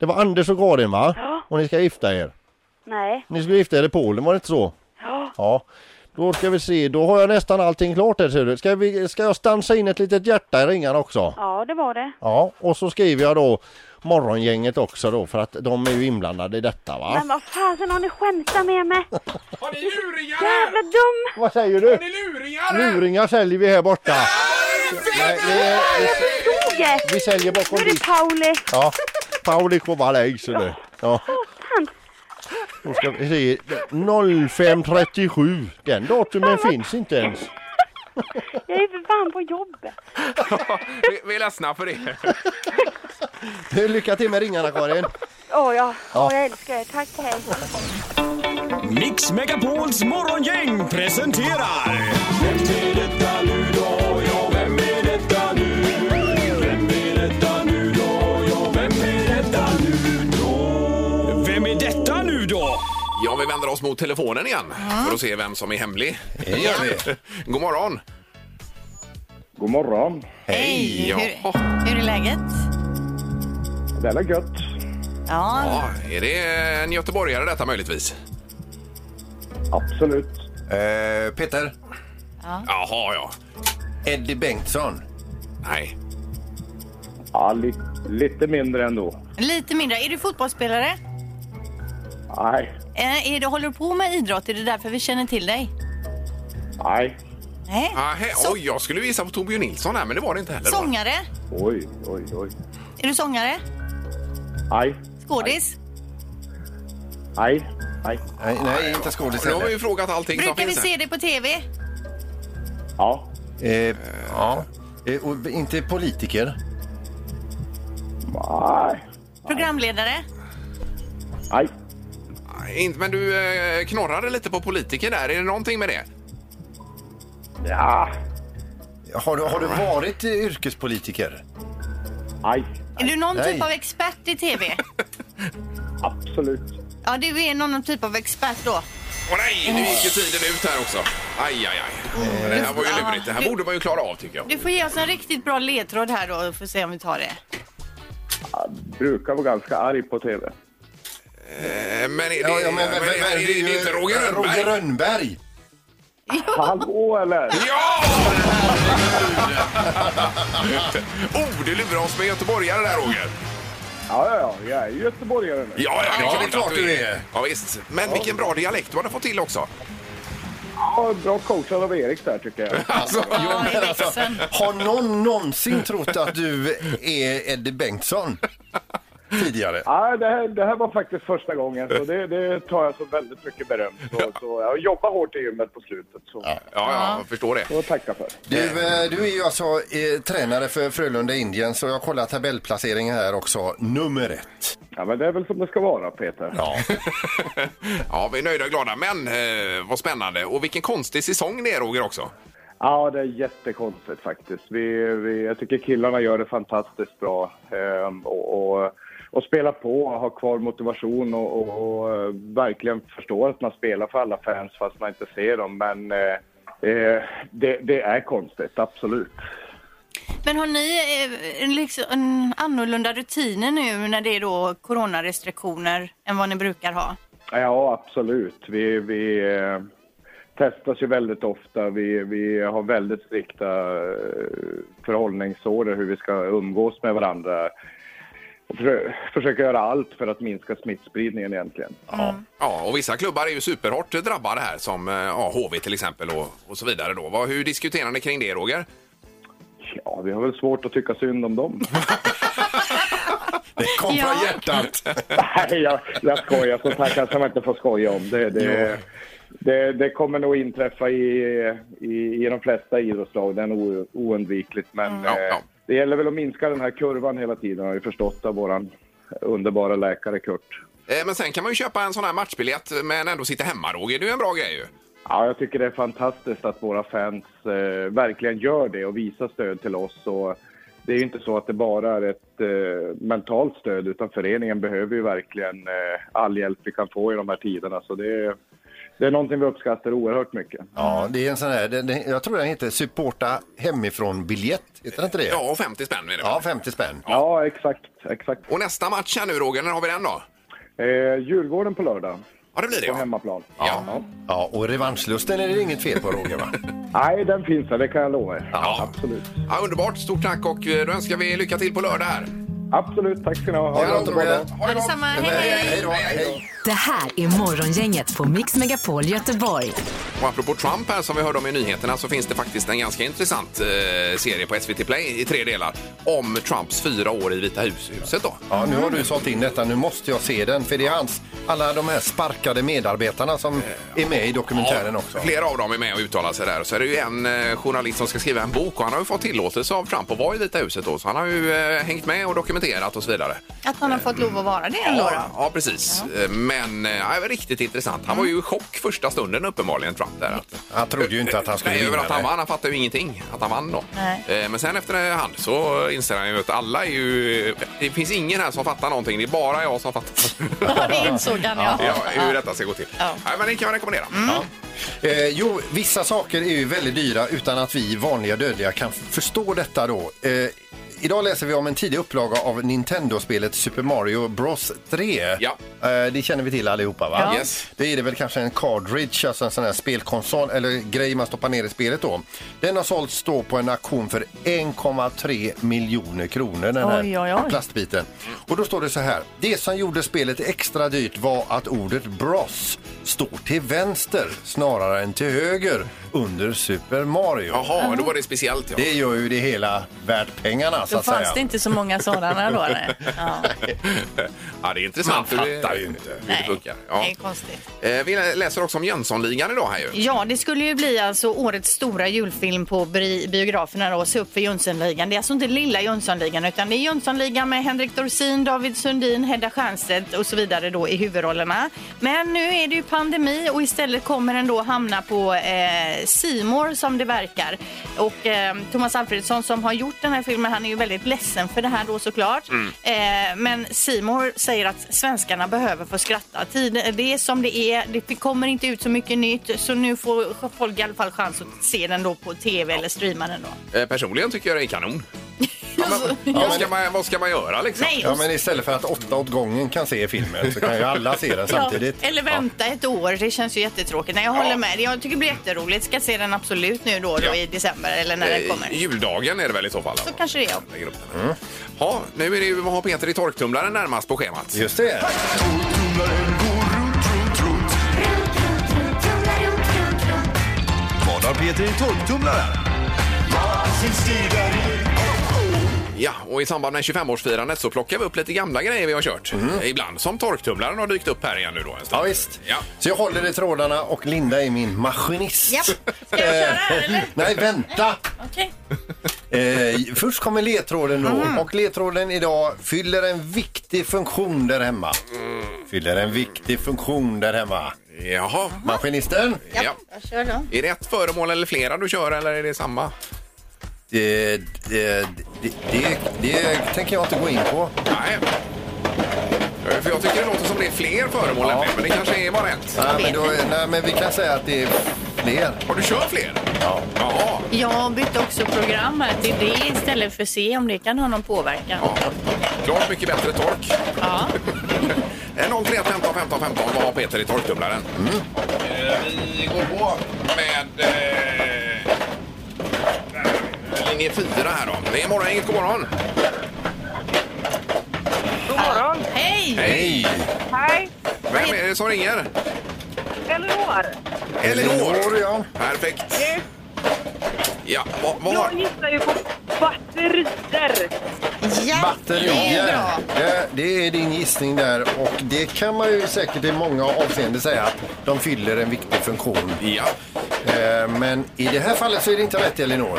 C: Det var Anders och Karin va?
O: Ja.
C: Och ni ska gifta er.
O: Nej.
C: Ni skulle gifta er i Polen var det inte så?
O: Ja.
C: Ja. Då ska vi se. Då har jag nästan allting klart här ser du. Ska, vi, ska jag stansa in ett litet hjärta i ringarna också?
O: Ja, det var det.
C: Ja. Och så skriver jag då morgongänget också då för att de är ju inblandade i detta va?
O: Men vad fasen har ni skämtat med mig?
B: Har ni luringar
O: Jävla dum!
C: Vad säger du? Har ni
B: luringar
C: Luringar säljer vi här borta. Nej, det är,
O: Jag förstod det!
C: vi säljer
O: Nu
C: bakom
O: är det
C: dit.
O: Pauli.
C: Ja. Pauli Kovalej ser du. Ja.
O: Satan!
C: Då ska vi se. 0537. Den datumen finns inte ens.
O: Jag är för fan på jobbet.
B: Vi, vi är ledsna för det.
C: Lycka till med ringarna Karin.
O: Åh ja,
C: Ja.
O: Åh, jag älskar er. Tack, hej.
G: Mix Megapols morgongäng presenterar... Vem är detta nu då? Ja, vem är detta nu? Vem är detta nu då? Ja, vem är detta nu då? Vem är detta nu då?
B: Ja, vi vänder oss mot telefonen igen för att se vem som är hemlig. Ja. God morgon!
L: God morgon.
B: Hej! Ja.
D: Hur, hur är läget?
L: Det är gött.
D: Ja.
B: Ja, är det en göteborgare detta möjligtvis?
L: Absolut.
E: Eh, Peter?
D: Ja.
B: Jaha, ja.
E: Eddie Bengtsson?
B: Nej.
L: Ja, li- lite mindre ändå.
D: Lite mindre. Är du fotbollsspelare?
L: Nej,
D: Eh, är du, håller du på med idrott? Är det därför vi känner till dig?
L: nej.
D: Nej.
B: Ahä, Ah, Oj, jag skulle visa på Torbjörn Nilsson här, men det var det inte heller. va?
D: Sångare?
L: Oj, oj, oj.
D: Är du sångare?
L: Nej,
D: Skådis?
L: nej, nej.
E: Nej, nej inte skådis
B: Nu har vi ju frågat allting som
D: Brukar vi
B: finns här.
D: se dig på TV?
L: Ja.
E: Eh, ja. Eh, och inte politiker?
L: Nej.
D: Programledare?
L: Nej.
B: Nej, Inte, men du eh, knorrade lite på politiker där. Är det någonting med det?
L: Ja.
E: Har du, har du varit eh, yrkespolitiker?
L: Nej.
D: Är du någon
E: Nej.
D: typ av expert i TV?
L: Absolut.
D: ja, du är någon typ av expert då.
B: Åh nej, nu gick ju tiden ut här också. Aj, aj, aj. Men Det här var ju
D: Ja,
B: lurigt. Det här
D: du-
B: borde man ju klara av tycker jag.
D: Du får ge oss en riktigt bra ledtråd här då, för att se om vi tar det.
L: Brukar vara ganska arg på tv.
B: Eh, Men är det,
E: Ja, ja, men,
B: men,
E: men, men,
B: är
E: det
B: det,
E: är
B: det är
E: ju
B: inte Roger Rönnberg?
E: Roger Rönnberg.
L: Hallå eller?
B: Ja! oh, du lurar oss med göteborgare där Roger.
L: Ja, ja, ja. Jag är göteborgare nu.
B: Ja, ja,
E: Ja, det är klart
B: att
E: du är.
B: Ja, visst. Men vilken bra dialekt du hade fått till också.
L: Ja, bra coachad av Erik där tycker jag.
B: Alltså,
E: Jo, men alltså, har någon någonsin trott att du är Eddie Bengtsson? Tidigare.
L: Nej, det här, det här var faktiskt första gången, så det, det tar jag så väldigt mycket beröm. Så, så jag jobbar hårt i gymmet på slutet, så
B: Ja, ja, jag förstår det.
L: så tacka för.
E: Du, eh, du är ju alltså eh, tränare för Frölunda Indiens så jag kollar tabellplaceringen här också. Nummer ett.
L: Ja, men det är väl som det ska vara, Peter.
E: Ja.
B: Ja, vi är nöjda och glada. Men eh, vad spännande. Och vilken konstig säsong det är Roger också.
L: Ja, det är jättekonstigt faktiskt. Vi, vi, jag tycker killarna gör det fantastiskt bra. Ehm, och, och, och spelar på, och har kvar motivation och, och, och eh, verkligen förstår att man spelar för alla fans fast man inte ser dem. Men eh, eh, det, det är konstigt, absolut.
D: Men har ni eh, en liksom, en annorlunda rutiner nu när det är då coronarestriktioner än vad ni brukar ha?
L: Ja, absolut. Vi, vi eh, testas ju väldigt ofta. Vi, vi har väldigt strikta eh, förhållningsorder hur vi ska umgås med varandra. och försö- försöka göra allt för att minska smittspridningen egentligen.
B: Ja, och vissa klubbar är ju superhårt drabbade här som eh, ja, HV till exempel och, och så vidare då. Vad, hur diskuterar ni kring det Roger?
L: Ja, vi har väl svårt att tycka synd om dem.
B: Det
L: kom från Ja.
B: hjärtat.
L: Nej, jag, jag skojar. Sånt här kanske man inte får skoja om. Det, det, det, det kommer nog inträffa i, i, i de flesta idrottslag. Det är nog o- oundvikligt. Men
B: Ja,
L: eh,
B: ja.
L: det gäller väl att minska den här kurvan hela tiden har vi förstått av våran underbara läkare Kurt.
B: Eh, Men sen kan man ju köpa en sån här matchbiljett men ändå sitta hemma Roger. Det är ju en bra grej ju.
L: Ja, jag tycker det är fantastiskt att våra fans eh, verkligen gör det och visar stöd till oss. Och det är ju inte så att det bara är ett eh, mentalt stöd utan föreningen behöver ju verkligen eh, all hjälp vi kan få i de här tiderna. Så det är, det är någonting vi uppskattar oerhört mycket.
C: Ja,
B: Mm.
C: det är en sån här, den- den- jag tror den heter supporta hemifrån-biljett. Heter inte det?
B: Ja, 50 spänn är det
C: Ja, 50 spänn.
L: Ja, exakt. exakt.
B: Och nästa match här nu Roger, när har vi den då?
L: Eh, Djurgården på lördag.
B: Ja, det blir det.
L: På hemmaplan.
B: Ja.
C: ja, och revanschlusten är det inget fel på Roger va?
L: Nej, den finns där, det kan jag lova er.
B: Ja.
L: Absolut.
B: Ja, underbart, stort tack och eh, då önskar vi lycka till på lördag här.
L: Absolut, tack ska ni ha.
B: Ha det gott, Roger.
D: Ha det Detsamma, hej hej!
A: Det här är Morgongänget på Mix Megapol Göteborg.
B: Och apropå Trump här som vi hörde om i nyheterna så finns det faktiskt en ganska intressant eh, serie på SVT Play i tre delar om Trumps fyra år i Vita hus- huset då.
C: Ja, nu har du sålt in detta, nu måste jag se den. För det är hans, alla de här sparkade medarbetarna som är med i dokumentären
B: Ja,
C: också.
B: Flera av dem är med och uttalar sig där. Och Så är det ju en eh, journalist som ska skriva en bok och han har ju fått tillåtelse av Trump att vara i Vita huset då. Så han har ju eh, hängt med och dokumenterat och så vidare.
D: Att han har fått lov att vara det ändå
B: Ja,
D: då.
B: ja precis. Eh, Men eh, ja, det var riktigt intressant. Han var ju i chock första stunden uppenbarligen Trump där.
C: Han trodde ju inte att han skulle
B: Nej, över
C: vinna.
B: att han
C: nej.
B: vann. Han fattade ju ingenting att han vann då.
D: Nej.
B: Eh, Men sen efterhand så inser han ju att alla är ju... Det finns ingen här som fattar någonting. Det är bara jag som fattar.
D: Ja, det insåg han ja.
B: Ja, hur detta ska gå till.
D: Ja. Mm.
B: Nej, men det kan jag rekommendera.
C: Ja. Eh, jo, vissa saker är ju väldigt dyra utan att vi vanliga dödliga kan förstå detta då. Eh, idag läser vi om en tidig upplaga av Nintendo-spelet Super Mario Bros 3.
B: Ja.
C: Eh, det känner vi till allihopa va?
B: Ja. Yes.
C: Det är det väl kanske en cartridge, alltså en sån här spelkonsol eller grej man stoppar ner i spelet då. Den har sålts då på en auktion för 1,3 miljoner kronor den här
D: Oj, oj, oj.
C: plastbiten. Och då står det så här. Det som gjorde spelet extra dyrt var att ordet bros står till vänster snarare än till höger under Super Mario.
B: Jaha,
D: Mm.
B: då var det speciellt. Ja.
C: Det gör ju det hela värt pengarna så
P: Då
C: att säga.
P: fanns det inte så många sådana då. nej. Ja.
B: Ja, det är intressant.
C: Man
B: hur det-
C: fattar ju inte.
B: hur
D: Nej.
B: Det funkar.
D: Det
B: Ja.
D: är konstigt.
B: Eh, Vi läser också om Jönssonligan idag här ju.
D: Ja, det skulle ju bli alltså årets stora julfilm på bri- biograferna då, Se upp för Jönssonligan. Det är alltså inte lilla Jönssonligan utan det är Jönssonligan med Henrik Dorsin, David Sundin, Hedda Stiernstedt och så vidare då i huvudrollerna. Men nu är det ju pandemi och istället kommer den då hamna på eh, C More som det verkar. Och eh, Thomas Alfredsson som har gjort den här filmen, han är ju väldigt ledsen för det här då såklart.
P: Mm.
D: Eh, men Simor säger att svenskarna behöver få skratta. Tiden, det är som det är, det kommer inte ut så mycket nytt så nu får folk i alla fall chans att se den då på tv eller streama den då.
B: Eh, Personligen tycker jag det är kanon. Ja,
D: Alltså,
B: men,
C: Ja,
B: vad, ska man, vad ska man göra liksom?
C: Ja, men istället för att åtta åt gången kan se filmen så kan ju alla se den samtidigt.
D: Ja, eller vänta ett år, det känns ju jättetråkigt. Nej, jag håller med. Jag tycker det blir jätteroligt. Ska se den absolut nu då, då
B: Ja.
D: i december eller när den
B: Eh,
D: kommer.
B: Juldagen är det väl i så fall?
D: Så kanske det är. ja.
B: lägger upp den här. Ja, nu är det ju vad har Peter i torktumlaren närmast på schemat.
C: Just det.
Q: Vad har Peter i torktumlaren?
B: Ja, och i samband med 25-årsfirandet så plockar vi upp lite gamla grejer vi har kört. Eh, Ibland som torktumlaren har dykt upp här igen nu då. En stund.
C: Mm. Ja, visst. Så jag håller i trådarna och Linda är min maskinist.
B: Japp.
C: Ska jag köra eller? Nej, vänta!
P: Okej.
C: Eh, först kommer ledtråden då och ledtråden idag fyller en viktig funktion där hemma. Fyller en viktig funktion där hemma.
B: Jaha.
C: Maskinisten?
B: Ja.
D: Jag kör då.
B: Är det ett föremål eller flera du kör eller är det samma?
C: Det, det, det, det, det tänker jag inte gå in på.
B: Nej. Eh, För jag tycker det låter som det är fler föremål än fler, men det kanske är bara ett.
C: Nej, men, då, nej, men vi kan säga att det är fler.
B: Har du kört fler?
C: Ja.
B: Jaha.
P: Jag bytte också program här till det istället för C om det kan ha någon påverkan.
B: Klart mycket bättre tork.
P: Ja.
B: 03 15 15 15. Vad har Peter i torktumlaren? Eh, Vi går på med eh, linje 4 här då. Det är morgon, inget god morgon. Hej!
R: Hej!
B: Vem är det som ringer?
R: Elinor!
B: Elinor! Ja. Perfekt. Ja, vad, vad har...
R: Jag gissar ju på batterier.
C: Batterier. Det, det är din gissning där och det kan man ju säkert i många avseenden säga att de fyller en viktig funktion. Eh,
B: Ja.
C: Men i det här fallet så är det inte rätt Elinor.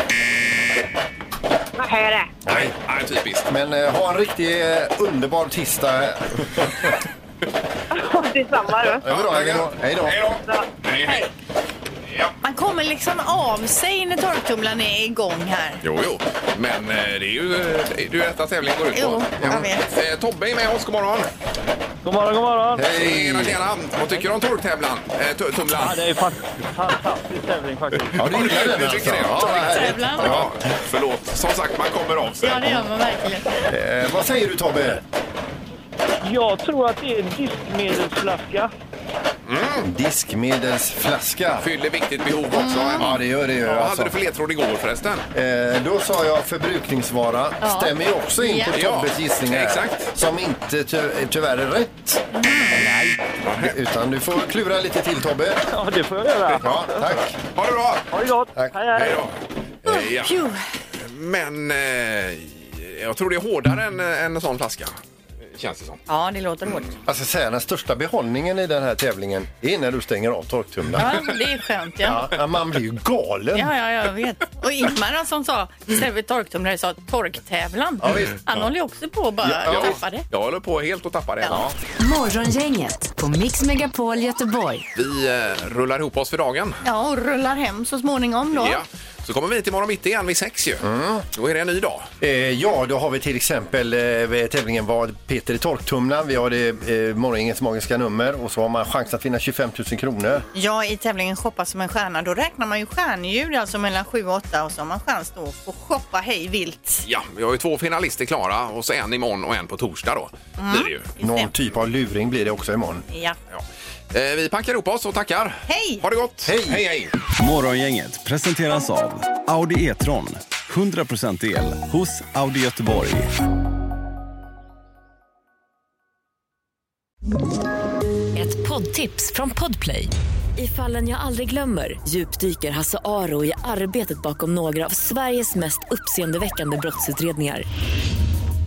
R: Vad är det?
B: Nej, nej typiskt.
C: Men eh, ha en riktig eh, underbar tisdag. Eh,
R: Detsamma då.
C: Över då, Elinor. Hej då.
B: Hej, hej.
D: Man kommer liksom av sig när torktumlaren är igång här.
B: Jo, jo. Men eh, det är ju eh, det är ju detta tävlingen går ut på.
D: Jo, jag vet.
B: Eh, Tobbe är med oss. God morgon!
S: God morgon, god morgon!
B: Hej! Tjena, tjena! Vad tycker du om torktävlan? Eh, tu- tumlan?
S: Ja, det är ju fan- fantastisk tävling faktiskt.
B: Ja, du gillar den alltså? Ja,
S: Tävlan.
B: ja, förlåt. Som sagt, man kommer av sig.
P: Ja, det gör man verkligen.
C: Eh, vad säger du Tobbe?
S: Jag tror att det är en diskmedelsflaska.
C: Diskmedelsflaska.
B: Fyller viktigt behov
C: Mm.
B: också.
C: Ja, det gör det ju.
B: Vad
C: alltså.
B: hade du för ledtråd igår förresten?
C: Eh, då sa jag förbrukningsvara.
B: Ja.
C: Stämmer ju också in på
B: Ja.
C: Tobbes gissning här.
B: Exakt. Mm.
C: Som inte ty tyvärr är rätt. Nej. Utan du får klura lite till Tobbe.
S: Ja, det får jag göra.
C: Ja, tack.
B: Ha det bra!
S: Ha det gott!
C: Tack.
S: Hej, hej!
D: Mm.
B: Eh, ja. Men eh, jag tror det är hårdare än eh, en sån flaska. Känns det som.
D: Ja, det låter hårt.
C: Alltså säga, den största behållningen i den här tävlingen är när du stänger av
P: Ja,
C: torktumlaren.
P: det är skönt ja.
C: Ja, man blir ju galen.
P: Ja, ja, jag vet. Och Ingmar som sa istället för torktumlare sa torktävlan.
B: Ja, visst.
P: Han
B: Ja.
P: håller ju också på och bara tappa det.
B: Jag håller på helt att tappa det. Ja.
A: Morgongänget på Mix Megapol Göteborg.
B: Vi eh, rullar ihop oss för dagen.
D: Ja, och rullar hem så småningom då.
B: Ja. Mm. Så kommer vi hit imorgon mitt igen vid sex ju. Då är det en ny dag.
C: Eh, ja, då har vi till exempel eh, tävlingen Vad Peter i torktumlaren. Vi har det eh, morgongängets magiska nummer och så har man chans att vinna 25 000 kronor.
D: Ja, i tävlingen Shoppa som en stjärna, då räknar man ju stjärnljud, alltså mellan 7 och 8 och så har man chans då att få shoppa hej vilt.
B: Ja, vi har ju två finalister klara och så en imorgon och en på torsdag då.
D: Mm.
B: Blir det ju.
C: Någon typ av luring blir det också imorgon.
D: Ja.
B: Eh, vi packar ihop oss och tackar.
D: Hej!
B: Ha det gott! Hej! hej, hej.
Q: Morgongänget presenteras av Audi E-tron. 100% el hos Audi Göteborg.
T: Ett poddtips från Podplay. I fallen jag aldrig glömmer djupdyker Hasse Aro i arbetet bakom några av Sveriges mest uppseendeväckande brottsutredningar.